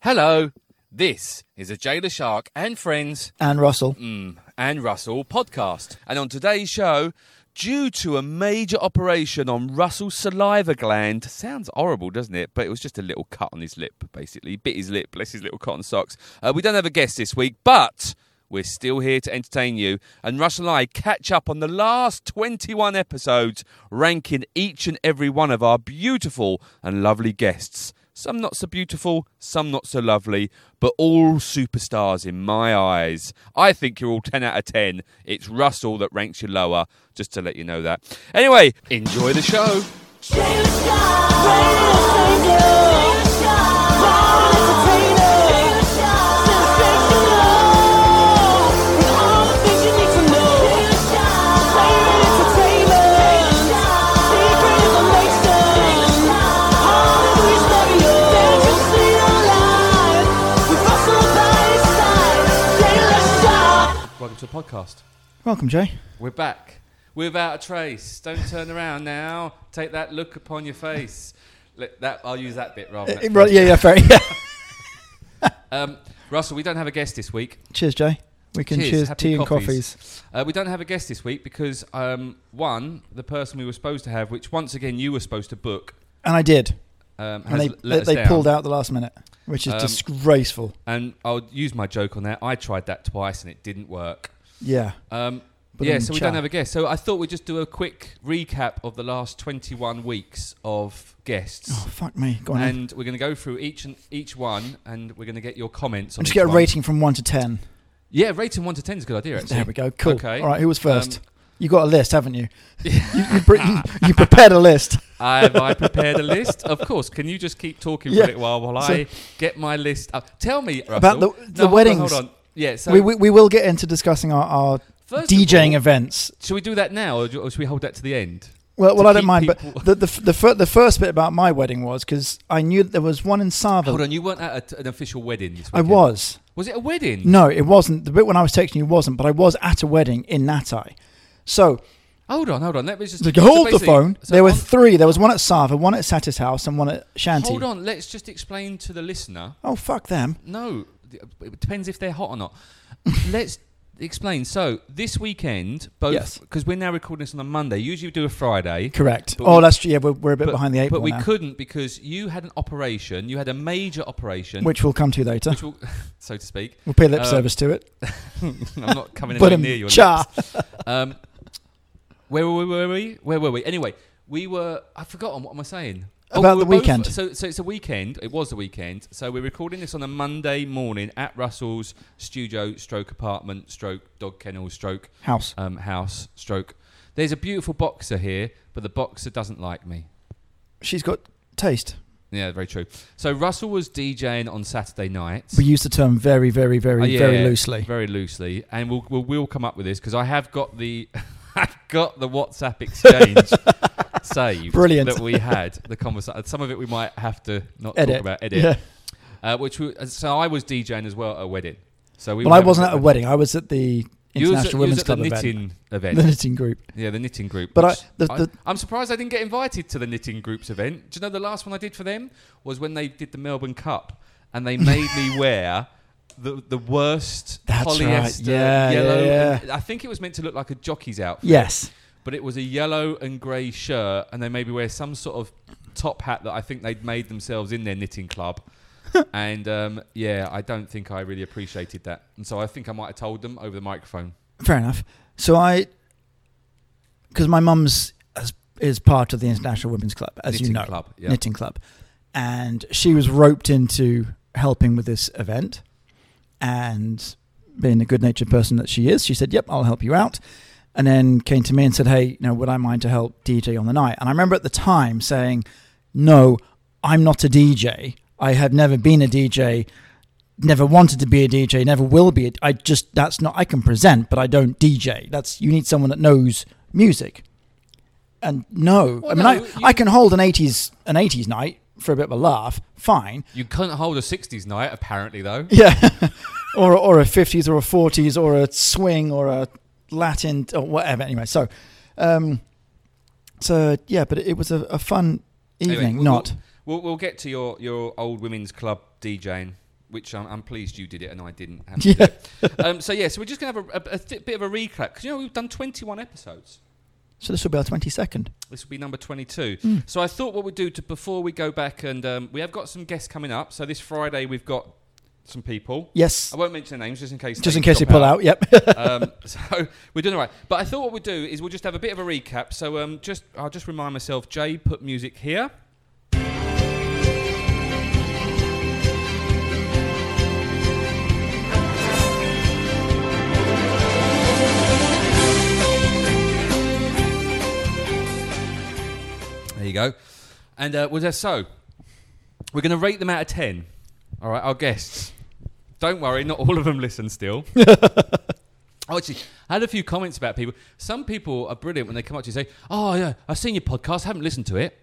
Hello, this is a Jailer Shark and Friends And Russell. Mm. and Russell podcast. And on today's show, due to a major operation on Russell's saliva gland, sounds horrible, doesn't it? But it was just a little cut on his lip, basically. Bit his lip, bless his little cotton socks. Uh, we don't have a guest this week, but we're still here to entertain you. And Russell and I catch up on the last 21 episodes, ranking each and every one of our beautiful and lovely guests. Some not so beautiful, some not so lovely, but all superstars in my eyes. I think you're all 10 out of 10. It's Russell that ranks you lower, just to let you know that. Anyway, enjoy the show. Welcome to the podcast. Welcome, Jay. We're back. Without a trace. Don't turn around now. Take that look upon your face. Let that I'll use that bit rather. than that Right, Uh, yeah, yeah, fair. Yeah. Um, Russell, we don't have a guest this week. Cheers, Jay. We can Cheers, cheers, happy tea and coffees. coffees. Uh, we don't have a guest this week because um, one, the person we were supposed to have, which once again you were supposed to book, And I did. um, And has they, l- let they, us they down. pulled out the last minute, which is Um, disgraceful. And I'll use my joke on that. I tried that twice and it didn't work. Yeah. Um, But yeah, then so we ciao. don't have a guest. So I thought we'd just do a quick recap of the last 21 weeks of guests. Oh, fuck me. Go on. then. and we're going to go through each and each one, and we're going to get your comments. On Just each get a one. rating from 1 to 10. Yeah, rating one to ten is a good idea. Actually, There we go. Cool. Okay. All right, who was first? Um, you got a list, haven't you? you, you, pre- you? You prepared a list. Have I prepared a list? Of course. Can you just keep talking for Yeah. a little while while So- I get my list up? Tell me Russell, About the- No, the hold on, weddings. Hold on. Yeah. So we, we, we will get into discussing our, our first of DJing all, events. Should we do that now, or do- or should we hold that to the end? Well, well to I don't keep mind, people- but the, the, f- the, fir- the first bit about my wedding was because I knew that there was one in Sava. Hold on. You weren't at a, an official wedding. This I weekend. was. Was it a wedding? No, it wasn't. The bit when I was texting you wasn't, but I was at a wedding in Natai. So Hold on. Hold on. Let me just to so hold the basically- phone, so there were on- three. There was one at Sava, one at Satis House, and one at Shanti. Hold on. Let's just explain to the listener. Oh fuck them! No, th- it depends if they're hot or not. Let's explain. So this weekend, both Yes. because we're now recording this on a Monday. Usually we do a Friday. Correct. But oh, we- that's yeah. We're, we're a bit behind the eight But ball we now, couldn't because you had an operation. You had a major operation, which we'll come to later. which will, so to speak. We'll pay lip uh, service to it. I'm not coming But anywhere um, near your cha. lips. Um, where were we? Where were we? Where were we? Anyway, we were. I forgot what am I saying? Oh, About we the were both- weekend. so, so it's a weekend. It was a weekend. So we're recording this on a Monday morning at Russell's studio, stroke apartment, stroke dog kennel, stroke house. um, house, stroke. There's a beautiful boxer here, but the boxer doesn't like me. She's got taste. Yeah, very true. So Russell was DJing on Saturday night. We use the term very, very, very, Oh, yeah, very loosely. Very loosely, and we'll we'll, we'll come up with this because I have got the I've got the WhatsApp exchange saved. Brilliant. that we had the conversation. Some of it we might have to not Edit. talk about edit. Yeah. Uh, which we, so I was DJing as well at a wedding. So we Well, were I having wasn't at a wedding. I was at You was the at- you International was Women's at the Club event, knitting event. the knitting group. Yeah, the knitting group. But I- which the- the- I'm surprised I didn't get invited to the knitting group's event. Do you know the last one I did for them was when they did the Melbourne Cup and they made me wear the the worst That's polyester right. Yeah, yellow. yeah, and- I think it was meant to look like a jockey's outfit, Yes. but it was a yellow and grey shirt, and they made me wear some sort of top hat that I think they'd made themselves in their knitting club. and um, yeah, I don't think I really appreciated that, and so I think I might have told them over the microphone. Fair enough. So I, because my mum's as- is part of the International Women's Club, as knitting you know, club, yeah. knitting club, and she was roped into helping with this event, and being the good-natured person that she is, she said, "Yep, I'll help you out," and then came to me and said, "Hey, you know, would I mind to help DJ on the night?" And I remember at the time saying, "No, I'm not a DJ. I have never been a DJ." never wanted to be a DJ, never will be. I just that's not I can present, but I don't DJ. That's you need someone that knows music. And no, Well, I mean no, I, you- I can hold an 80s an 80s night for a bit of a laugh, fine. You couldn't hold a 60s night, apparently, though. Yeah. or or a 50s or a 40s or a swing or a Latin or whatever anyway. So um so yeah, but it was a, a fun evening, Anyway, we'll- not We'll, we'll, we'll get to your, your old women's club DJing which I'm, I'm pleased you did it and I didn't. Have to do Yeah. it. um, so yeah, so we're just gonna have a, a, a th- bit of a recap because you know we've done 21 episodes. So this will be our 22nd. This will be number 22. Hmm. So I thought what we'd do to before we go back and um, we have got some guests coming up. So this Friday we've got some people. Yes. I won't mention their names just in case. Just in case they pull out. Yep. um, so we're doing all right. But I thought what we'd do is we'll just have a bit of a recap. So um, just I'll just remind myself. Jay put music here. There you go. And uh, was there so? We're going to rate them out of ten. All right, our guests. Don't worry, not all of them listen still. Oh, actually, I had a few comments about people. Some people are brilliant when they come up to you and say, "Oh, yeah, I've seen your podcast, haven't listened to it."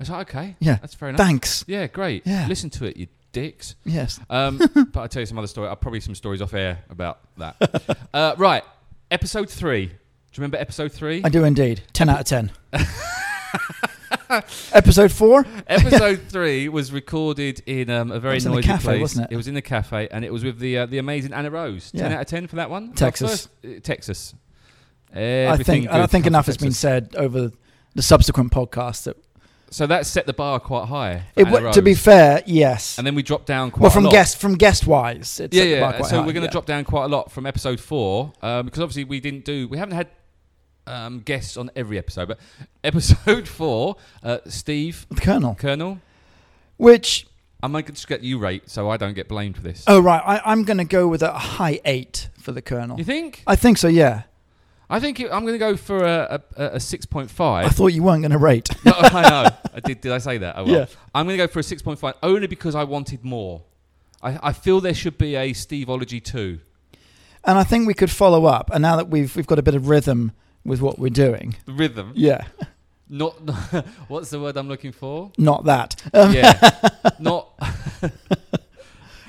It's like, okay, Yeah. that's fair enough. Thanks. Yeah, great. Yeah. listen to it, you dicks. Yes. Um, but I'll tell you some other story. I'll probably some stories off air about that. uh, right, episode three. Do you remember episode three? I do indeed. 10 out of 10. Episode 4? episode three was recorded in um, a very It was in the noisy cafe, place. wasn't it? was in the cafe, and it was with the uh, the amazing Anna Rose. Ten Yeah. out of ten for that one. Texas. Our first- uh, Texas. I think, Everything and I good comes think from enough has been Texas. said over the subsequent podcasts. That So that set the bar quite high. for it, Anna w- to be Rose. fair, yes. and then we dropped down quite. Well, a from lot. guest from guest wise, it's yeah, at the bar yeah. quite So high, we're going to yeah. drop down quite a lot from episode four um, because obviously we didn't do. We haven't had um, guests on every episode, but episode four, uh, Steve the Colonel, Colonel. which I'm going to get you rate so I don't get blamed for this. oh right, I, I'm going to go with a high eight for the Colonel. You think? I think so. Yeah, I think it, I'm going to go for a, a, a six point I five. thought you weren't going to rate. no, I know. I did. Did I say that? Oh, well. Yeah. I'm going to go for a six point five only because I wanted more. I, I feel there should be a Steveology two. And I think we could follow up. And now that we've we've got a bit of rhythm with what we're doing, The rhythm. yeah, Not. what's the word I'm looking for? not that um, Yeah. Not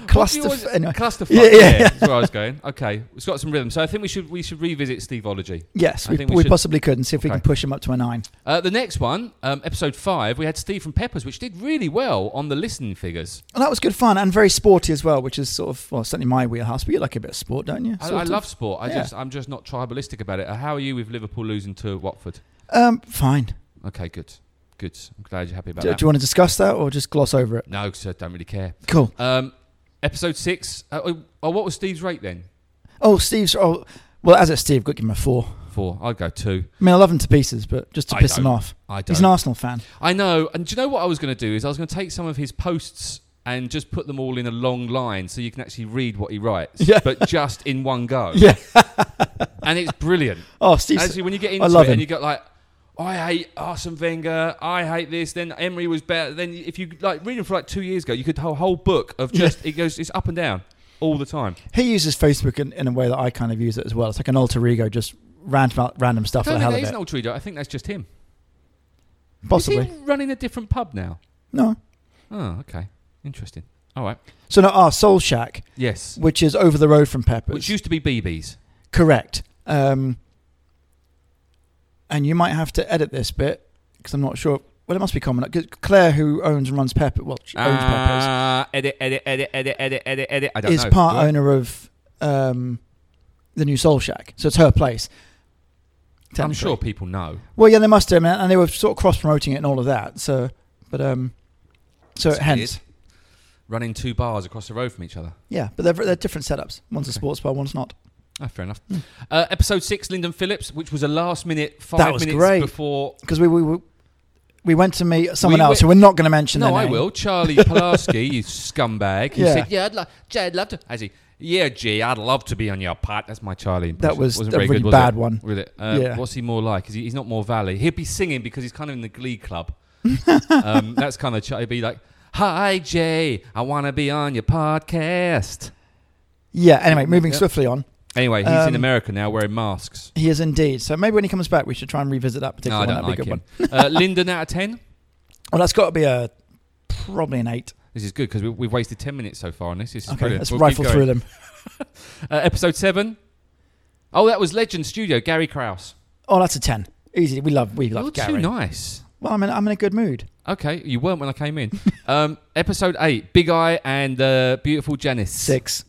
cluster. What do you always- anyway, clusterfuck. Yeah, Yeah, yeah, yeah. that's where I was going. Okay, it's got some rhythm. So I think we should we should revisit Steveology. yes, I we, think we we should- possibly could, and see if we Okay. can push him up to a nine. Uh, the next one, um, episode five, we had Steve from Peppers, which did really well on the listening figures. And that was good fun and very sporty as well, which is sort of well certainly my wheelhouse. But you like a bit of sport, don't you? I, Sort I of. love sport. I Yeah. just I'm just not tribalistic about it. Uh, How are you with Liverpool losing to Watford? Um, fine. Okay, good, good. I'm glad you're happy about Do, that. do you want to discuss that or just gloss over it? No, because I don't really care. Cool. Um, episode six. Uh, oh, oh, what was Steve's rate then? Oh, Steve's. Oh, well, as it's Steve, got give him a four. Four. I'd go two. I mean, I love him to pieces, but just to I piss him don't. off, I don't. he's an Arsenal fan. I know. And do you know what I was going to do is I was going to take some of his posts and just put them all in a long line so you can actually read what he writes, Yeah. but just in one go. Yeah. And it's brilliant. Oh, Steve's. Actually, when you get into love it and him. you got like, I hate Arsene Wenger. I hate this. Then Emery was better. Then if you like reading for like two years ago, you could have a whole book of just it goes it's up and down all the time. he uses Facebook in, in a way that I kind of use it as well. It's like an alter ego, just random random I stuff for don't the think hell that of is it. an alter ego. I think that's just him. Is Possibly. he running a different pub now? No. Oh, okay, interesting. All right. So no, our Soul Shack, Yes, which is over the road from Peppers. which used to be BB's. Correct. Um, and you might have to edit this bit because I'm not sure. Well, it must be common. Uh, 'cause Claire, who owns and runs Pepper, well, she owns Peppers, Ah, edit, edit, edit, edit, edit, edit, edit. I don't is know. part Do I? owner of um, the new Soul Shack. So it's her place. I'm technically. sure people know. Well, yeah, they must have, man, and they were sort of cross promoting it and all of that. So, but um, so That's hence, weird. Running two bars across the road from each other. yeah, but they're they're different setups. One's a Okay. sports bar, one's not. Ah, fair enough. Hmm. Uh, episode six, Lyndon Phillips, which was a last minute five That was minutes great. before. Because we we were- we went to meet someone We else went- who we're not going to mention. No, their I name. will. Charlie Pulaski, you scumbag. He Yeah. said, "Yeah, I'd, lo- Jay, I'd love to." I see. Yeah, G, I'd love to be on your part. That's my Charlie. Impression. That was Wasn't a very really good, was bad it? one. Really? Um, Yeah. What's he more like? Is he, he's not more Valley. He'd be singing because he's kind of in the Glee Club. um, that's kind of Charlie. He'd be like, "Hi, Jay, I want to be on your podcast." Yeah. Anyway, moving Yep. swiftly on. Anyway, he's in Um, America now wearing masks. He is indeed. So maybe when he comes back, we should try and revisit that No, particular I one. don't That'd like be a good him. one. uh, Lyndon out of ten. Well, that's got to be a probably an eight. This is good because we, we've wasted 10 minutes so far on this. This is Okay, brilliant. let's We'll keep rifle going. through them. Uh, episode 7. Oh, that was Legend Studio, Gary Krause. Oh, that's a ten. Easy. We love we love You're Gary. too nice. Well, I'm in, I'm in a good mood. Okay, you weren't when I came in. um, episode eight, Big Eye and uh, beautiful Janice. Six.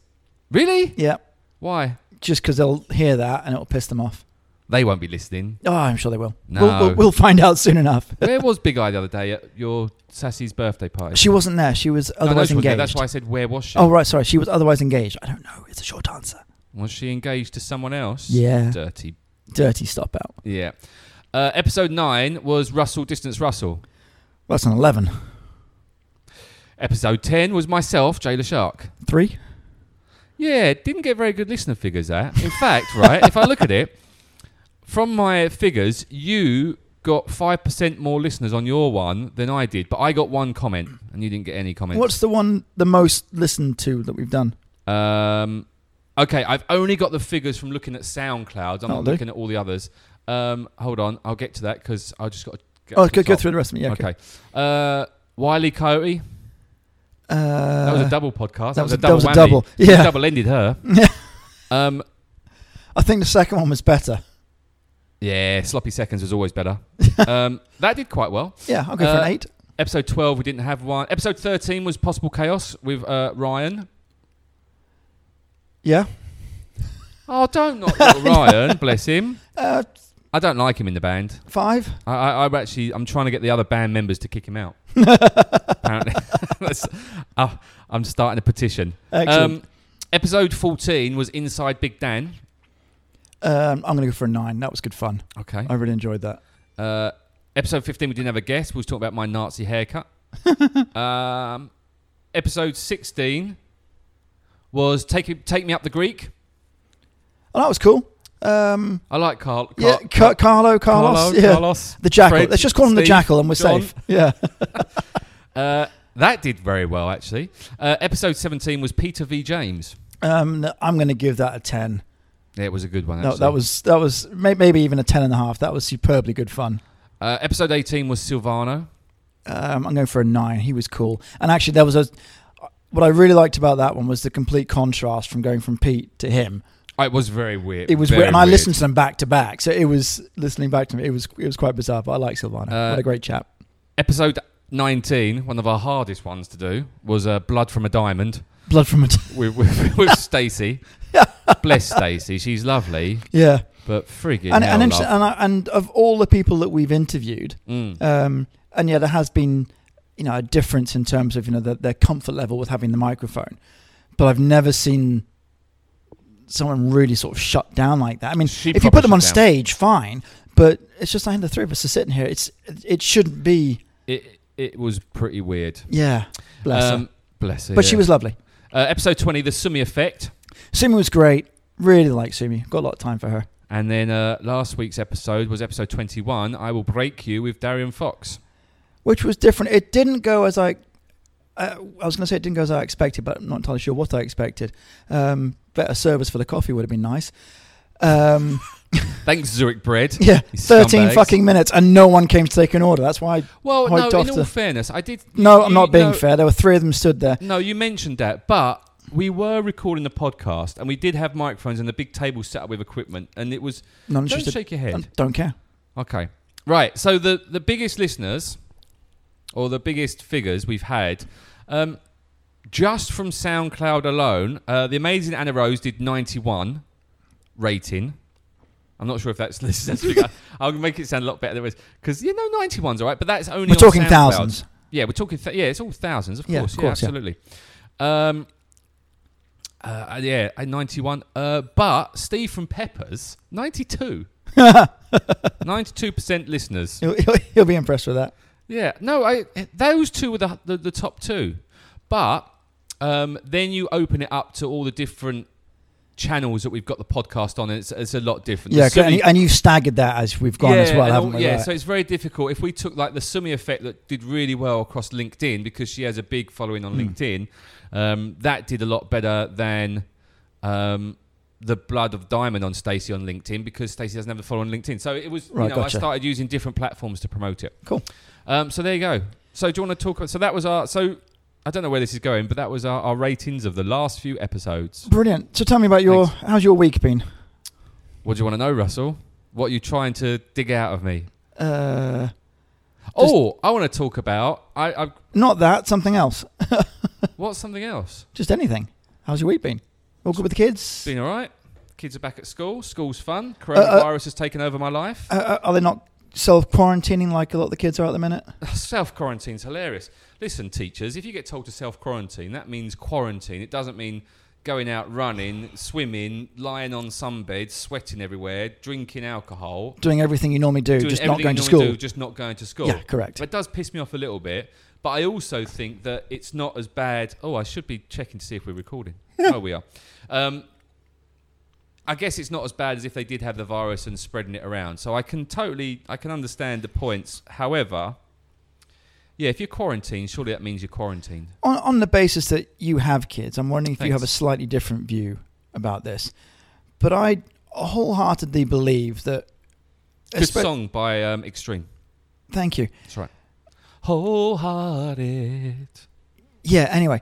Really? Yeah. Why? Just because they'll hear that and it'll piss them off. They won't be listening. Oh, I'm sure they will. No. We'll, we'll, we'll find out soon enough. Where was Big Eye the other day at your Sassy's birthday party? She wasn't there. She was No, I know otherwise she wasn't there, engaged. That's why I said where was she? Oh, right. Sorry. She was otherwise engaged. I don't know. It's a short answer. Was she engaged to someone else? Yeah. Dirty. Dirty stop out. Yeah. Uh, episode nine was Russell Distance Russell. Well, that's an 11. Episode ten was myself, Jay Shark. Three? Yeah, didn't get very good listener figures. That, in fact, right? If I look at it from my figures, you got five percent more listeners on your one than I did, but I got one comment, and you didn't get any comments. What's the one the most listened to that we've done? Um, okay, I've only got the figures from looking at SoundCloud. I'm That'll not do. looking at all the others. Um, hold on, I'll get to that because I just got. to get oh, to go, the go top. through the rest of it. Yeah, okay. Okay. Uh, Wiley Coyote. Uh, That was a double podcast. That was a that double. was a whammy. double. You Yeah. double-ended her. um, I think the second one was better. yeah, sloppy seconds was always better. um, that did quite well. Yeah, I'll go for Uh, an eight. Episode 12, we didn't have one. Episode 13 was Possible Chaos with uh, Ryan. Yeah. Oh, don't knock little Ryan, bless him. Uh, I don't like him in the band. five? I, I, I actually, I'm trying to get the other band members to kick him out. Apparently, That's- oh, I'm starting a petition. Um, Excellent. episode 14 was Inside Big Dan. Um, I'm going to go for a nine. That was good fun. Okay. I really enjoyed that. Uh, episode 15, we didn't have a guest. We was talking about my Nazi haircut. um, episode 16 was Take, Take Me Up the Greek. Oh, that was cool. Um, I like Carl. Carl yeah, Car- Carlo, Carlos. Carlo, yeah. Carlos. The Jackal. Fred, Let's just call him the Steve, Jackal and we're John. safe. Yeah. Uh, that did very well, actually. Uh, episode 17 was Peter V. James. Um, I'm going to give that a 10. Yeah, it was a good one. That, actually. that was that was may- maybe even a 10 and a half. That was superbly good fun. Uh, episode 18 was Silvano. Um, I'm going for a 9. He was cool. And actually there was a what I really liked about that one was the complete contrast from going from Pete to him. Oh, it was very weird. It was Very weird, and I listened to them back to back. So it was listening back to me. It was it was quite bizarre, but I like Silvana. Uh, what a great chap. Episode 19, one of our hardest ones to do, was uh, Blood from a Diamond Blood from a t- with, with, with Stacey. Bless Stacey. She's lovely, yeah. but friggin' and uh, hell, and, love. inter- and, I, and of all the people that we've interviewed, Mm. um, and yeah, there has been you know a difference in terms of you know their, their comfort level with having the microphone, but I've never seen someone really sort of shut down like that. I mean, She if you proper put them shut on down. stage, fine, but it's just like the three of us are sitting here. It's it shouldn't be. It, it was pretty weird. Yeah, bless her. Um, Bless her. But yeah. she was lovely. Uh, episode 20, The Sumi Effect. Sumi was great. Really like Sumi. Got a lot of time for her. And then uh, last week's episode was episode 21, I Will Break You with Darian Fox. which was different. It didn't go as I. Uh, I was going to say it didn't go as I expected, but I'm not entirely sure what I expected. Um, better service for the coffee would have been nice. Um, Thanks, Zurich Bread. yeah, You thirteen scumbags. fucking minutes, and no one came to take an order. That's why. Well, Hi, no, in Doctor. all fairness, I did. No, you- I'm not being no, fair. There were three of them stood there. No, you mentioned that, but we were recording the podcast and we did have microphones and a big table set up with equipment, and it was. Not Don't interested. shake your head. um, Don't care. Okay, right. So the the biggest listeners, or the biggest figures we've had, um, just from SoundCloud alone, uh, the amazing Anna Rose did ninety one rating. I'm not sure if that's listeners. figure. I'll make it sound a lot better than it is because you know ninety one's all right, but that's only We're on talking SoundCloud. thousands. Yeah, we're talking. Th- yeah, it's all thousands, of Yeah, course. of Yeah, course, yeah. absolutely. Um, uh, yeah, at ninety-one. Uh, but Steve from Peppers, ninety-two. 92 percent listeners. He'll, he'll, he'll be impressed with that. Yeah, no, I those two were the the, the top two, but um, then you open it up to all the different channels that we've got the podcast on, and it's, it's a lot different. Yeah, The Sumi- and, and you've staggered that as we've gone as well, and haven't all- we? Yeah, Right. so it's very difficult. If we took like the Sumi effect that did really well across LinkedIn because she has a big following Hmm. on LinkedIn, um, that did a lot better than um, the Blood of Diamond on Stacey on LinkedIn because Stacey doesn't have a follow on LinkedIn. So it was, Right, you know, gotcha. I started using different platforms to promote it. Cool. Um, so there you go. So do you want to talk about? So that was our. So I don't know where this is going, but that was our, our ratings of the last few episodes. Brilliant. So tell me about your how's your week been? What do you want to know, Russell? What are you trying to dig out of me? Uh, Oh, I want to talk about. I, I Not that, something else. what's something else? Just anything. How's your week been? All good with the kids? Been all right. Kids are back at school. School's fun. Coronavirus has taken over my life. Uh, Uh, are they not self quarantining like a lot of the kids are at the minute? Self quarantine's hilarious. Listen, teachers, if you get told to self quarantine, that means quarantine. It doesn't mean going out running, swimming, lying on sunbeds, sweating everywhere, drinking alcohol, Doing everything you normally do, doing just not everything going to you school. normally do, just not going to school. Yeah, correct. It does piss me off a little bit, but I also think that it's not as bad. Oh, I should be checking to see if we're recording. oh, we are. Um, I guess it's not as bad as if they did have the virus and spreading it around. So I can totally, I can understand the points. However, yeah, if you're quarantined, surely that means you're quarantined. On, on the basis that you have kids, I'm wondering if you have a Thanks. slightly different view about this. But I wholeheartedly believe that. Good espe- song by um, Extreme. Thank you. That's right. Wholehearted. yeah anyway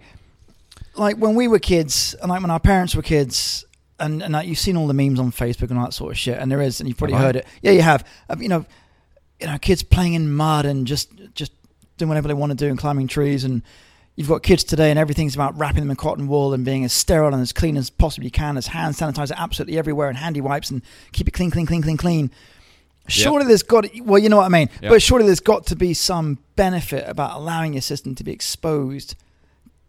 like when we were kids and like when our parents were kids and, and like, you've seen all the memes on facebook and all that sort of shit and there is and you've probably Have I? heard it yeah you have Um, you know you know kids playing in mud and just just doing whatever they want to do and climbing trees and you've got kids today and everything's about wrapping them in cotton wool and being as sterile and as clean as possibly you can as hand sanitizer absolutely everywhere and handy wipes and keep it clean clean clean clean clean surely there's got well you know what i mean Yeah. but surely there's got to be some benefit about allowing your system to be exposed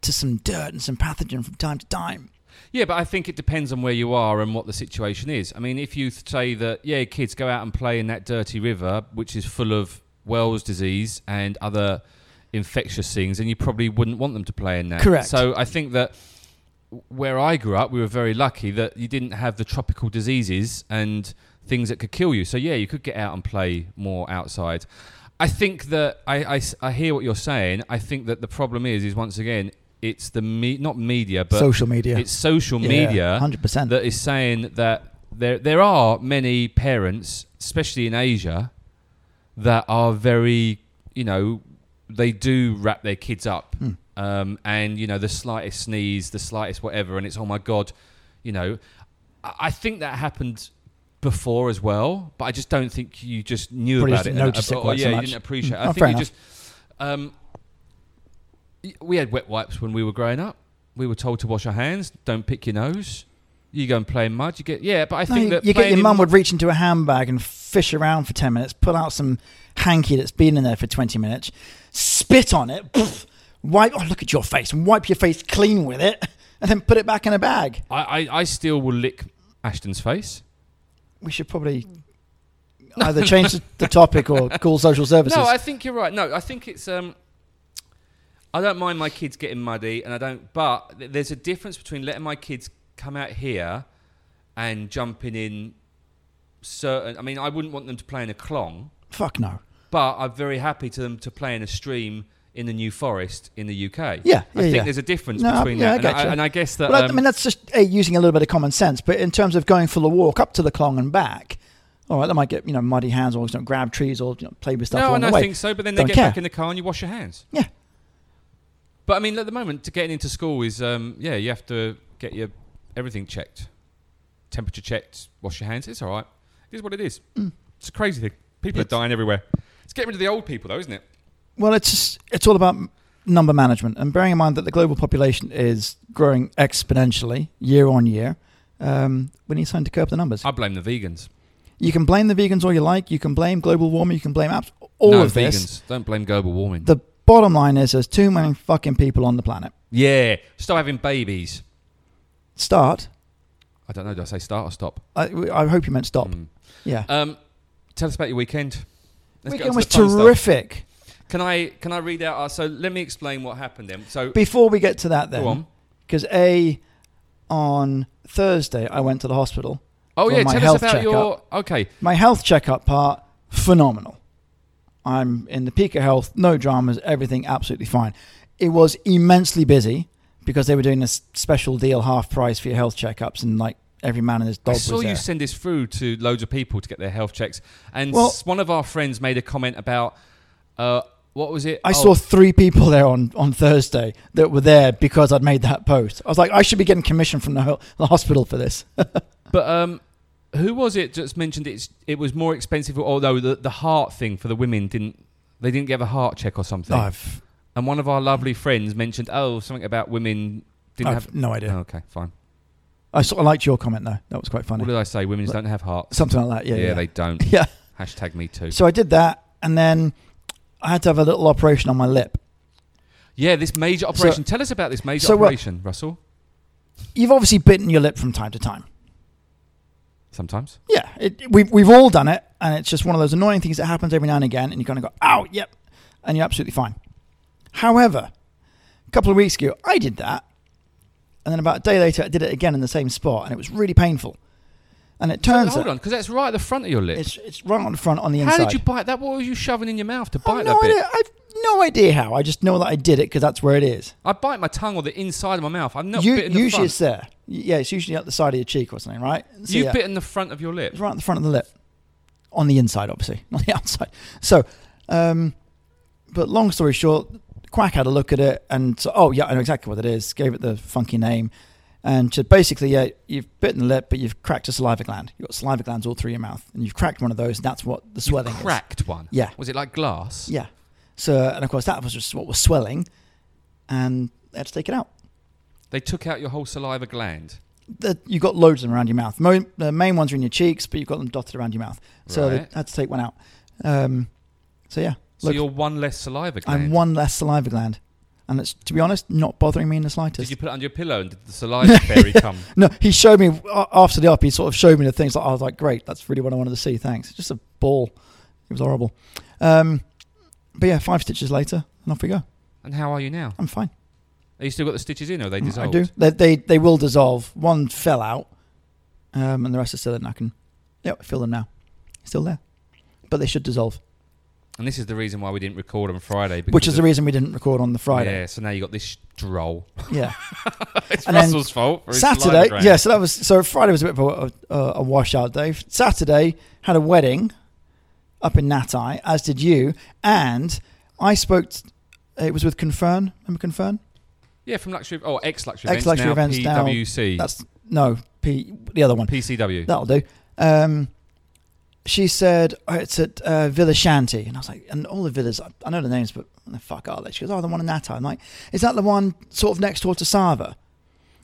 to some dirt and some pathogen from time to time. Yeah, but I think it depends on where you are and what the situation is. I mean, if you th- say that, yeah, kids go out and play in that dirty river, which is full of Wells disease and other infectious things, then you probably wouldn't want them to play in that. Correct. So I think that where I grew up, we were very lucky that you didn't have the tropical diseases and things that could kill you. So yeah, you could get out and play more outside. I think that I, I s- I hear what you're saying. I think that the problem is, is once again, it's the me- not media, but Social media. it's social Yeah, media 100%. that is saying that there there are many parents, especially in Asia, that are very you know they do wrap their kids up, Hmm. um, and you know the slightest sneeze, the slightest whatever, and it's oh my god, you know, I, I think that happened before as well, but I just don't think you just knew Probably about just it, didn't and- notice it or, quite so yeah, much. you didn't appreciate. Mm. it. Oh, I fair think you just. Um, y- we had wet wipes when we were growing up. We were told to wash our hands. Don't pick your nose. You go and play in mud. You get yeah, but I No, think you- that you get playing your in mum mud- would reach into a handbag and fish around for 10 minutes, pull out some hanky that's been in there for 20 minutes, spit on it, pff, wipe, oh, look at your face, and wipe your face clean with it, and then put it back in a bag. I, I I still will lick Ashton's face. We should probably either change the- the topic or call social services. Hmm. No, I think you're right. No, I think it's um. I don't mind my kids getting muddy, and I don't. But th- there's a difference between letting my kids come out here and jumping in certain. I mean, I wouldn't want them to play in a clong, Fuck no. but I'm very happy to them to play in a stream in the New Forest in the UK. Yeah, I yeah, think yeah. there's a difference No, I- between yeah, that, I and, gotcha. I, and I guess that. Well, I- I um, mean, that's just a, using a little bit of common sense. But in terms of going for the walk up to the Klong and back, all right, they might get you know muddy hands or you know, grab trees or you know, play with stuff no, along and I the way. think so. But then they Don't get care. back in the car and you wash your hands. Yeah, But I mean, at the moment, to getting into school is um, yeah, you have to get your everything checked, temperature checked, wash your hands. It's all right. It is what it is. It's a crazy thing. People Mm. It's- are dying everywhere. It's getting rid of the old people, though, isn't it? well, it's just, it's all about m- number management and bearing in mind that the global population is growing exponentially year on year. Um, we need something to curb the numbers. I blame the vegans. You can blame the vegans all you like. You can blame global warming. You can blame apps. All no, of vegans. this. Don't blame global warming. The bottom line is there's too many fucking people on the planet. yeah, stop having babies. Start. I don't know. Do I say start or stop? I, I hope you meant stop. Mm. Yeah. Um, tell us about your weekend. Let's get onto Weekend was the fun stuff. terrific. Can I can I read out? Our, so let me explain what happened then. So Before we get to that, go then, on. because a on Thursday I went to the hospital. Oh for yeah, my tell us health about your. Okay, My health checkup part phenomenal. I'm in the peak of health, no dramas, everything absolutely fine. It was immensely busy because they were doing this special deal, half price for your health checkups, and like every man and his dog I saw was there. you send this through to loads of people to get their health checks, and Well- s- one of our friends made a comment about uh, what was it? I Oh, saw three people there on, on Thursday that were there because I'd made that post. I was like, I should be getting commission from the, ho- the hospital for this. but um, who was it just mentioned it's it was more expensive? Although the the heart thing for the women didn't They didn't get a heart check or something. I've And one of our lovely friends mentioned, oh, something about women didn't I've have. no idea. Oh, okay, fine. I sort of liked your comment though. That was quite funny. What did I say? Women Like- don't have hearts. Something like that. Yeah. Yeah. they don't. yeah. Hashtag me too. So I did that, and then I had to have a little operation on my lip. yeah, this major operation. Tell us about this major So what- operation, Russell. You've obviously bitten your lip from time to time. Sometimes. Yeah, it, we've, we've all done it, and it's just one of those annoying things that happens every now and again, and you kind of go, ow, yep, and you're absolutely fine. However, a couple of weeks ago, I did that, and then about a day later, I did it again in the same spot, and it was really painful. And it turns Hold out on, because that's right at the front of your lip. it's it's right on the front on the How inside. did you bite that? What were you shoving in your mouth to I bite have that no bit? idea. I've no idea how. I just know that I did it because that's where it is. I bite my tongue or the inside of my mouth. I've not You- bitten the usually front. it's there. Y- Yeah, it's usually at the side of your cheek or something, right? So, You've yeah. bitten the front of your lip. It's right at the front of the lip, on the inside, obviously, not the outside. So, um, but long story short, Quack had a look at it and so, oh yeah, I know exactly what it is. Gave it the funky name, and said basically, yeah, you've bitten the lip, but you've cracked a saliva gland. You've got saliva glands all through your mouth, and you've cracked one of those. And that's what the swelling is. Cracked one. Yeah. Was it like glass? Yeah. So, and of course, that was just what was swelling, and they had to take it out. They took out your whole saliva gland. The, you've got loads of them around your mouth. Mo- the main ones are in your cheeks, but you've got them dotted around your mouth. So Right. they had to take one out. Um, so yeah, So Look- you're one less saliva gland. I'm one less saliva gland, and it's to be honest, not bothering me in the Did slightest. you put it under your pillow and did the saliva fairy come? no, he showed me a- after the op. He sort of showed me the things. That I was like, great, that's really what I wanted to see. Thanks. Just a ball. It was horrible. Um, but yeah, five stitches later, and off we go. And how are you now? I'm fine. Are you still got the stitches in or are they Mm, I dissolved? do. They, they they will dissolve. One fell out, um, and the rest are still in. I can, yep, I feel them now. Still there, but they should dissolve, And this is the reason why we didn't record on Friday. which because is of- the reason we didn't record on the Friday. Yeah, so now you got this droll. Yeah, it's And then Russell's fault. For his saliva Saturday. gland. Yeah, so that was so Friday was a bit of a, a, a washout day. Saturday had a wedding up in Natai, as did you, and I spoke. t- it was with Confern. Remember Confern? Yeah, from luxury. Oh, ex luxury events. Ex-luxury now events now. PWC. That's no P. The other one. PCW. That'll do. Um, she said oh, it's at uh, Villa Shanti, and I was like, and all the villas, I- I know the names, but what the fuck are they? She goes, oh, the one in Natai. I'm like, is that the one sort of next door to Sava?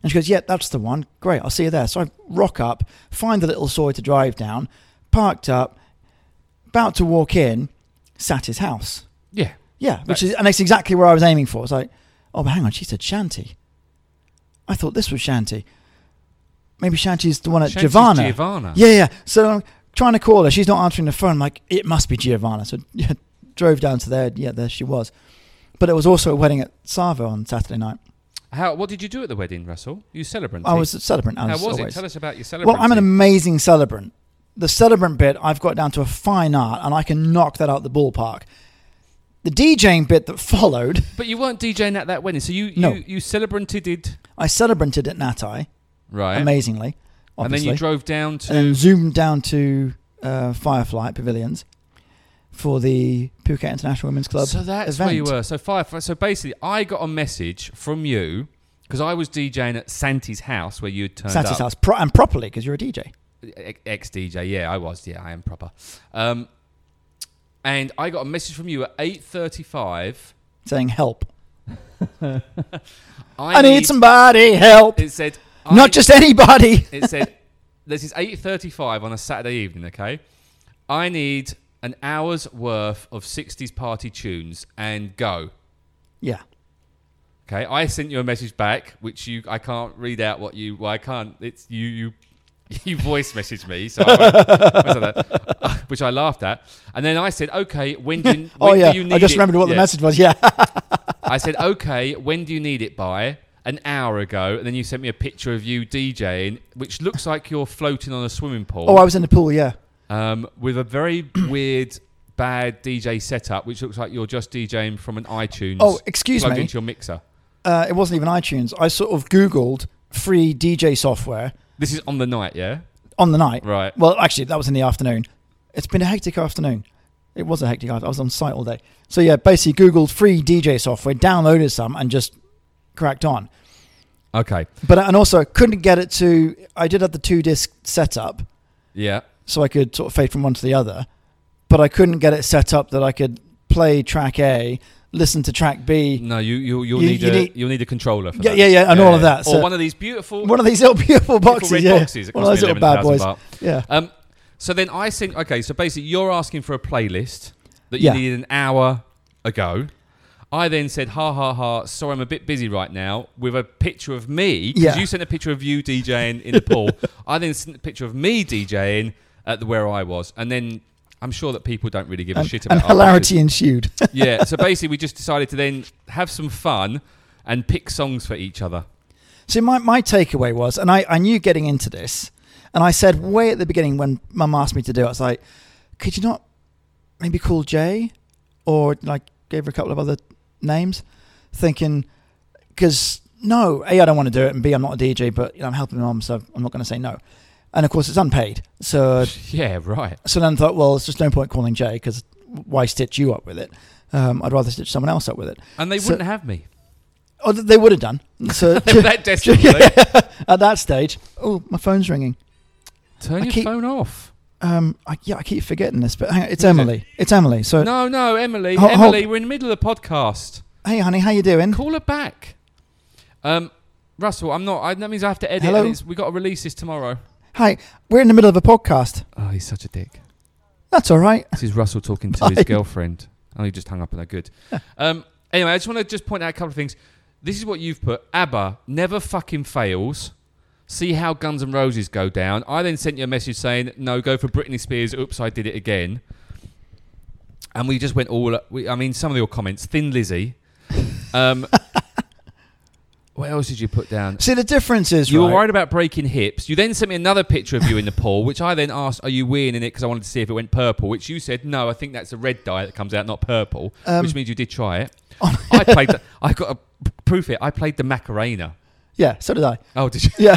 And she goes, yeah, that's the one. Great, I'll see you there. So I rock up, find the little soy to drive down, parked up, about to walk in, sat his house. yeah. Yeah, which is, and that's exactly where I was aiming for. It's like, oh, but hang on, she said Shanti. I thought this was Shanti. Maybe Shanti's the one at Shanti's uh, Giovanna. Giovanna. Yeah, yeah. So I'm trying to call her. She's not answering the phone. I'm like, it must be Giovanna. So yeah, drove down to there. Yeah, there she was. But it was also a wedding at Savo on Saturday night. How? What did you do at the wedding, Russell? You celebrant. I was a celebrant. How As was it? always. Tell us about your Well, celebrant. I'm an amazing celebrant. The celebrant bit I've got down to a fine art, and I can knock that out the ballpark. The DJing bit that followed, But you weren't DJing at that wedding, so you No. you, you celebranted it, I celebranted at Natai, right? amazingly, and then obviously. you drove down to. and then zoomed down to uh, Firefly Pavilions for the Phuket International Women's Club. so that's event. where you were. So fire. So basically, I got a message from you because I was DJing at Santi's house where you'd turned Santa's up. house pro- and properly because you're a DJ. ex DJ. Yeah, I was. Yeah, I am proper. Um, and I got a message from you at eight thirty-five. Saying help. I, I, need, somebody help. It said Not I- just anybody. It said this is eight thirty-five on a Saturday evening. Okay, I need an hour's worth of sixties party tunes and go. Yeah. Okay, I sent you a message back, which you I can't read out what you. Well, I can't. It's you. You you voice messaged me, so I won't- what's that? which I laughed at, and then I said, "Okay, when do you, Oh when yeah. do you need I just it? remembered what the Yeah. message was. Yeah. I said, "Okay, when do you need it by?" An hour ago, and then you sent me a picture of you DJing, which looks like you're floating on a swimming pool oh, I was in the pool. Yeah. um, with a very weird, bad DJ setup, which looks like you're just DJing from an iTunes. Oh, excuse plugged me. into your mixer. Uh, it wasn't even iTunes. I sort of googled free DJ software This is on the night, yeah, on the night. right. Well, actually, that was in the afternoon. It's been a hectic afternoon. It was a hectic afternoon. I was on site all day. So yeah, basically googled free DJ software, downloaded some, and just cracked on. Okay, But and also couldn't get it to. I did have the two disc setup. yeah. so I could sort of fade from one to the other, but I couldn't get it set up that I could play track A, listen to track B. No, you you you'll You- need you a need- you'll need a controller for Yeah, that. yeah, yeah, and all of that, Or so- one of these Mm. beautiful One of these little beautiful boxes, red yeah. boxes. It One cost of those me little bad 11,000 boys. baht. Yeah, Um, so then I think okay. So basically, you're asking for a playlist that you Yeah. needed an hour ago. I then said, "Ha ha ha! Sorry, I'm a bit busy right now." With a picture of me, because Yeah. you sent a picture of you DJing in the pool. I then sent a picture of me DJing at the, where I was, and then I'm sure that people don't really give a and, shit about and our pictures hilarity ensued. yeah. So basically, we just decided to then have some fun and pick songs for each other. So my, my takeaway was, and I, I knew getting into this, and I said way at the beginning when Mum asked me to do it, I was like, could you not maybe call Jay, or like gave her a couple of other names, thinking because no, a I don't want to do it, and b I'm not a DJ, but you know, I'm helping Mum, so I'm not going to say no. And of course, it's unpaid, so Yeah, right. so then I thought, well, it's just no point calling Jay because why stitch you up with it? Um, I'd rather stitch someone else up with it. And they So- wouldn't have me. Oh, th- they would have done. So They were that desperate. were they? at that stage, oh, my phone's ringing. Turn I your keep- phone off. Um, I, yeah, I keep forgetting this, but hang on, it's Who's Emily. It's Emily. So, No, no, Emily, Ho- hold- Mm. Emily, we're in the middle of the podcast. hey, honey, how you doing? Call her back. Um, Russell, I'm not. I, that means I have to edit. Hello? and it's- we got to release this tomorrow. Hi, we're in the middle of a podcast. Oh, he's such a dick. That's all right. This is Russell talking to his Fine. girlfriend. Oh, he just hung up on that. Good. Um, anyway, I just want to just point out a couple of things. This is what you've put. ABBA never fucking fails. See how Guns N' Roses go down. I then sent you a message saying, no, go for Britney Spears. Oops, I did it again. And we just went all. We, I mean, some of your comments. Thin Lizzy. Um, what else did you put down? See, the difference is You were right, worried about breaking hips. You then sent me another picture of you in the pool, which I then asked, "Are you weeing in it?" Because I wanted to see if it went purple. Which you said, "No, I think that's a red dye that comes out, not purple." Um, which means you did try it. I played. The, I got a proof it. I played the Macarena. Yeah, so did I. Oh, did you? Yeah,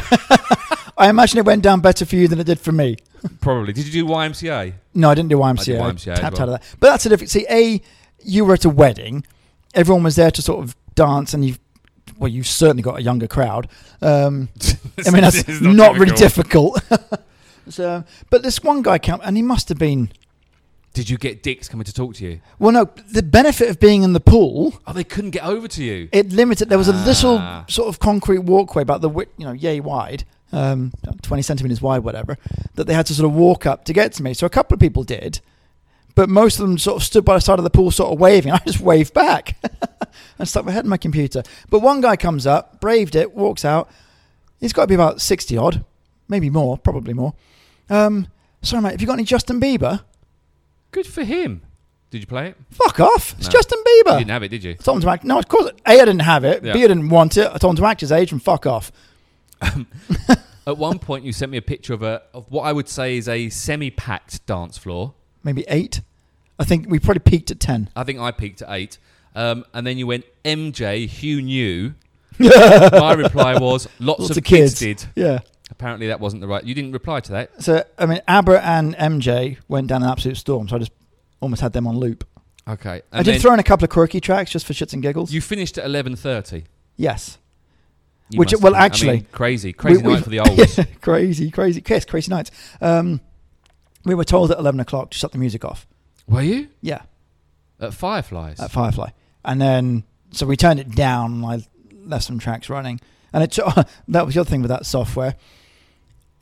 I imagine it went down better for you than it did for me. Probably. Did you do YMCA? No, I didn't do YMCA. I, YMCA as tapped well. out of that. But that's a different. See, a you were at a wedding, everyone was there to sort of dance, and you've well, you've certainly got a younger crowd. Um, I mean, that's This is not, really difficult. so, um, but this one guy came, and he must have been. Did you get dicks coming to talk to you? Well, no, the benefit of being in the pool, Oh, they couldn't get over to you. it limited. There was a little Ah. sort of concrete walkway about the width, you know, yay wide, um, 20 centimeters wide, whatever, that they had to sort of walk up to get to me. So a couple of people did, but most of them sort of stood by the side of the pool, sort of waving. I just waved back and stuck my head in my computer. But one guy comes up, braved it, walks out. He's got to be about 60 odd, maybe more, probably more. Um, sorry, mate, have you got any Justin Bieber? Good for him. Did you play it? Fuck off. It's No. Justin You Bieber. didn't have it, did you? I told him to act. No, of course. A, I didn't have it. Yeah. B, I didn't want it. I told him to act his age and fuck off. At one point, you sent me a picture of a of what I would say is a semi-packed dance floor. Maybe eight. I think we probably peaked at 10. I think I peaked at eight. Um, and then you went MJ, Hugh knew. My reply was lots, Lots of, of kids. kids." did. Yeah. Apparently that wasn't the right. You didn't reply to that. So, I mean, ABBA and MJ went down an absolute storm. So I just almost had them on loop. Okay. I And did then throw in a couple of quirky tracks just for shits and giggles. you finished at eleven thirty. yes. Which- well, actually- crazy, crazy we- night for the olds. crazy, crazy. Yes, crazy nights. Um, we were told at 11 o'clock to shut the music off. Were you Yeah, at Fireflies? at Firefly. And then, so we turned it down. and I left some tracks running. And it took, that was the other thing with that software.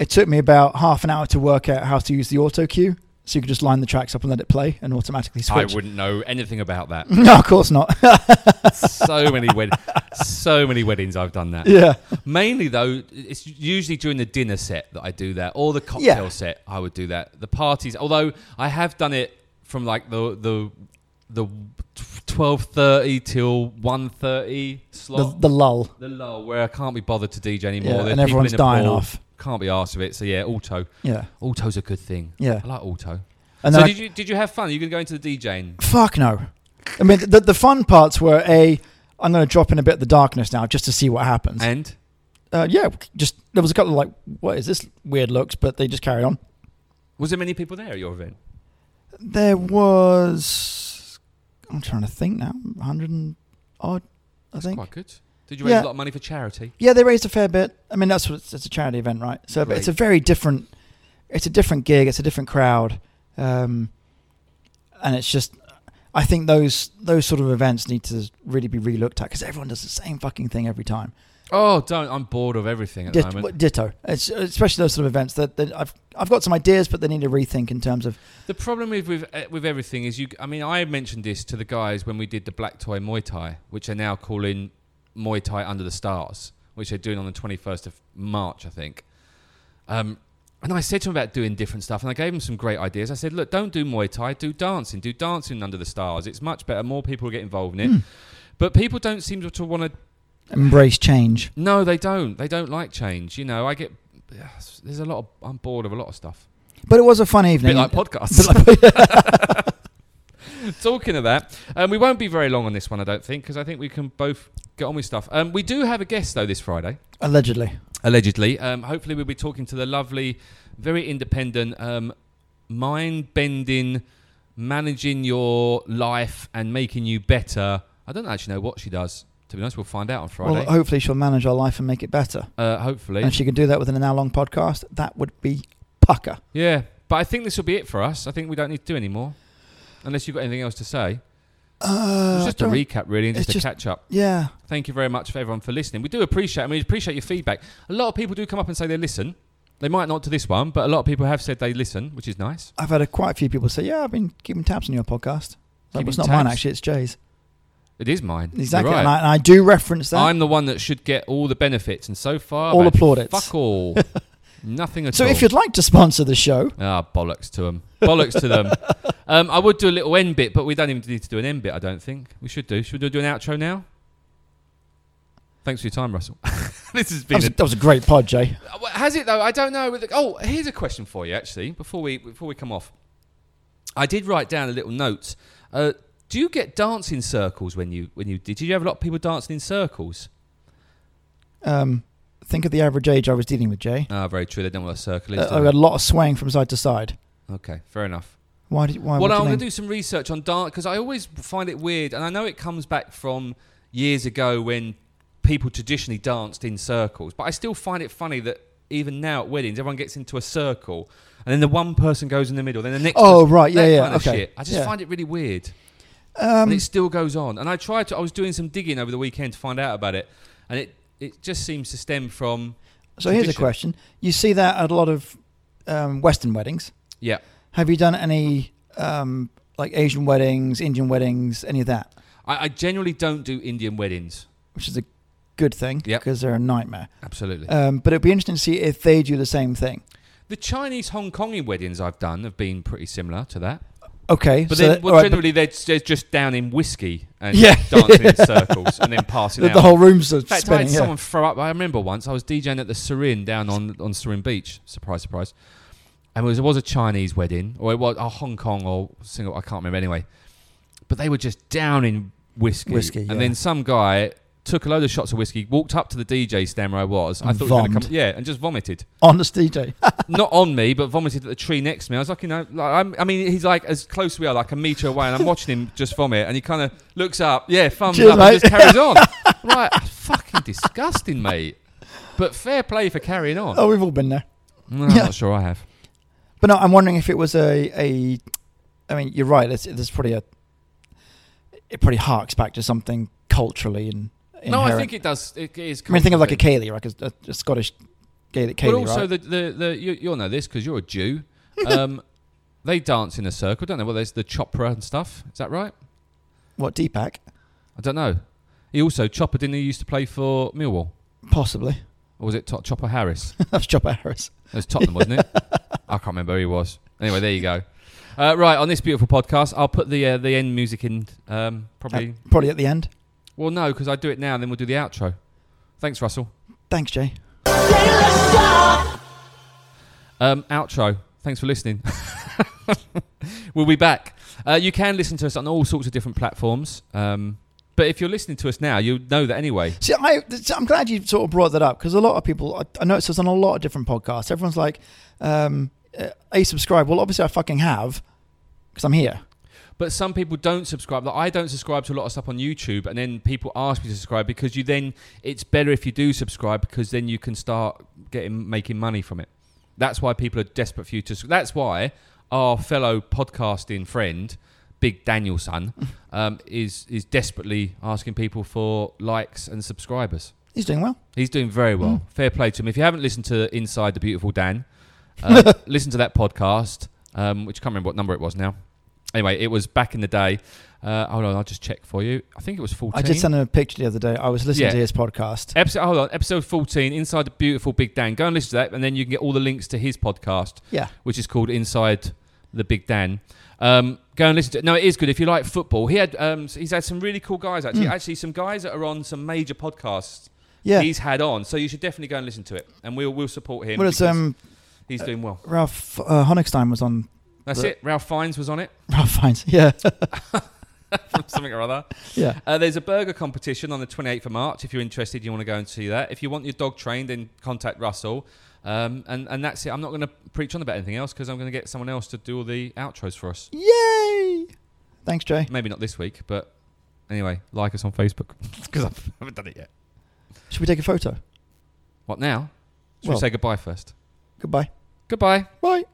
It took me about half an hour to work out how to use the auto cue. So you could just line the tracks up and let it play and automatically I switch. wouldn't know anything about that. No, of course not. so many wed- so many weddings I've done that. yeah. Mainly though, it's usually during the dinner set that I do that, or the cocktail Yeah. set. I would do that. The parties, although I have done it from like the the the twelve thirty till one thirty The, slot, the the, lull. lull where I can't be bothered to DJ anymore. Yeah, There's and people everyone's in the dying pool, off. Can't be asked of it. So yeah, auto. Yeah. Auto's a good thing. Yeah. I like auto. And so then I- did you did you have fun? You can go into the DJing. fuck no. I mean, the, the fun parts were A, I'm going to drop in a bit of the darkness now just to see what happens. And Uh, yeah, just there was a couple of like, what is this weird looks? But they just carried on. was there many people there at your event? There was, I'm trying to think now, 100 and odd, I think. Quite good. Did you raise Yeah. a lot of money for charity? Yeah, they raised a fair bit. I mean, that's what it's, it's a charity event, right? So but it's a very different, it's a different gig, it's a different crowd, um, and it's just, I think those those sort of events need to really be relooked at because everyone does the same fucking thing every time. Oh, don't! I'm bored of everything at Dit- the moment. w- ditto. It's, especially those sort of events that, that I've I've got some ideas, but they need to rethink in terms of The problem with with, eh, with everything is you. I mean, I mentioned this to the guys when we did the Black Toy Muay Thai, which are now calling Muay Thai Under the Stars, which they're doing on the 21st of March, I think. Um, and I said to them about doing different stuff, and I gave them some great ideas. I said, look, don't do Muay Thai, do dancing, do dancing under the stars. It's much better. More people get involved in it. But people don't seem to want to embrace change. No, they don't. They don't like change. You know, I get. There's a lot of. I'm bored of a lot of stuff. But it was a fun A bit evening. like podcasts. Talking of that, um, we won't be very long on this one, I don't think, because I think we can both get on with stuff. Um, we do have a guest though this Friday, Allegedly, allegedly. Um, hopefully, we'll be talking to the lovely, very independent, um, mind-bending, managing your life and making you better. I don't actually know what she does. To be honest, we'll find out on Friday. well, hopefully she'll manage our life and make it better. uh, hopefully, And if she can do that within an hour-long podcast, that would be pucker. Yeah, but I think this will be it for us. I think we don't need to do any more, unless you've got anything else to say. Uh, it's just a don't- recap, really, and it's just a just- catch up. yeah, Thank you very much for everyone for listening. We do appreciate. I mean, we appreciate your feedback. A lot of people do come up and say they listen. They might not to this one, but a lot of people have said they listen, which is nice. I've had a, quite a few people say, "Yeah, I've been keeping tabs on your podcast." Like, Keeping it's not mine tabs? actually; it's Jay's. It is mine. You're Exactly, right. and, I, and I do reference that. I'm the one that should get all the benefits, and so far, All I've had applaudits. Fuck all. Nothing at so all. if you'd like to sponsor the show, Ah, bollocks to them. Bollocks to them. Um, I would do a little end bit, but we don't even need to do an end bit, I don't think. We should do. Should we do an outro now? Thanks for your time, Russell. this has that been. was, that was a great pod, Jay. a- Uh, has it, though? I don't know. With the- Oh, here's a question for you, actually, before we, before we come off. I did write down a little note. Uh, do you get dancing circles when you when you did? you have a lot of people dancing in circles? Um, think of the average age I was dealing with, Jay. Ah, very true. They don't know what a circle is. Uh, do I they? had a lot of swaying from side to side. okay, fair enough. Why? Did, why? Well, what do you I'm going mean? to do some research on dance because I always find it weird, and I know it comes back from years ago when people traditionally danced in circles, but I still find it funny that even now at weddings, everyone gets into a circle, and then the one person goes in the middle, then the next. Oh, person- right, yeah, that yeah, kind of okay, shit. I just yeah. find it really weird, Um, and it still goes on. And I tried to. I was doing some digging over the weekend to find out about it, and it it just seems to stem from so here's a tradition. question: You see that at a lot of um, Western weddings. yeah. Have you done any um, like Asian weddings, Indian weddings, any of that? I, I generally don't do Indian weddings. Which is a good thing Yep. because they're a nightmare. Absolutely. Um, but it'd be interesting to see if they do the same thing. Uh, The Chinese Hong Kongi weddings I've done have been pretty similar to that. Okay, But so then, that- well, all right, but generally, they're, they're just down in whiskey and Yeah. dancing in circles and then passing the, out. the whole room's in fact, I spinning. had yeah. someone throw up. I remember once I was DJing at the Serin down on, on Serin Beach. Surprise, surprise. And it was, it was a Chinese wedding, or it was a Hong Kong or Singapore. I can't remember anyway. But they were just down in whiskey. Whiskey, yeah. And then some guy took a load of shots of whiskey, walked up to the DJ stand where I was. I And thought he was gonna vommed. come. Yeah, and just vomited Honest DJ. not on me, but vomited at the tree next to me. I was like, you know, like, I'm, I mean, he's like as close as we are, like a meter away, and I'm watching him just vomit, and he kind of looks up, yeah, thumbs Cheers, up, mate. and just carries on. I'm like, fucking disgusting, mate. But fair play for carrying on. oh, we've all been there. No, yeah. I'm not sure I have. But no, I'm wondering if it was a, a I mean, you're right. It's, there's probably a. It probably harks back to something culturally and. No, I inherent. think it does. It is. I mean, think of like a comforting. Cayley, like a, a Scottish Gaelic Cayley, But also right? the the, the you, you'll know this because you're a Jew. Um, they dance in a circle, don't they? Well, there's the chopra and stuff. Is that right? What Deepak? I don't know. He also Chopper didn't he used to play for Millwall, Possibly. or was it Tot Chopper Harris? That's Chopper Harris. It was Tottenham, wasn't it? I can't remember who he was. Anyway, there you go. Uh, right on this beautiful podcast, I'll put the uh, the end music in. Um, probably. Uh, probably at the end. well, no, because I do it now, and then we'll do the outro. Thanks, Russell. Thanks, Jay. Um, outro. Thanks for listening. we'll be back. Uh, you can listen to us on all sorts of different platforms. Um, but if you're listening to us now, you know that anyway. See, I, th- I'm glad you sort of brought that up because a lot of people, I, I noticed this on a lot of different podcasts. Everyone's like, um, uh, a subscribe. Well, obviously I fucking have because I'm here. But some people don't subscribe. Like I don't subscribe to a lot of stuff on YouTube, and then people ask me to subscribe because you then it's better if you do subscribe because then you can start getting making money from it. That's why people are desperate for you to. That's why our fellow podcasting friend Big Danielson, um, is is desperately asking people for likes and subscribers. He's doing well. He's doing very well. Fair play to him. If you haven't listened to Inside the Beautiful Dan, uh, listen to that podcast, um, which I can't remember what number it was now. Anyway, it was back in the day. Uh, hold on, I'll just check for you. I think it was 14. I did send him a picture the other day. I was listening Yeah. to his podcast. Episode, hold on, episode 14, Inside the Beautiful Big Dan. Go and listen to that, and then you can get all the links to his podcast, Yeah. which is called Inside the Big Dan. Um, go and listen to it. No, it is good if you like football. He had um, he's had some really cool guys actually. Actually, some guys that are on some major podcasts Yeah. he's had on. So you should definitely go and listen to it, and we'll we'll support him. Well, it's because um, he's doing well. Ralph uh, Honigstein was on That's the- it. Ralph Fiennes was on it, Ralph Fiennes. Yeah, something or other. yeah. Uh, there's a burger competition on the 28th of March. If you're interested, you want to go and see that. If you want your dog trained, then contact Russell. Um, and, and that's it. I'm not going to preach on about anything else because I'm going to get someone else to do all the outros for us. Yay! Thanks, Jay. Maybe not this week, but anyway, like us on Facebook because I haven't done it yet. Should we take a photo? What now? Should Well- we say goodbye first? Goodbye. Goodbye. Bye.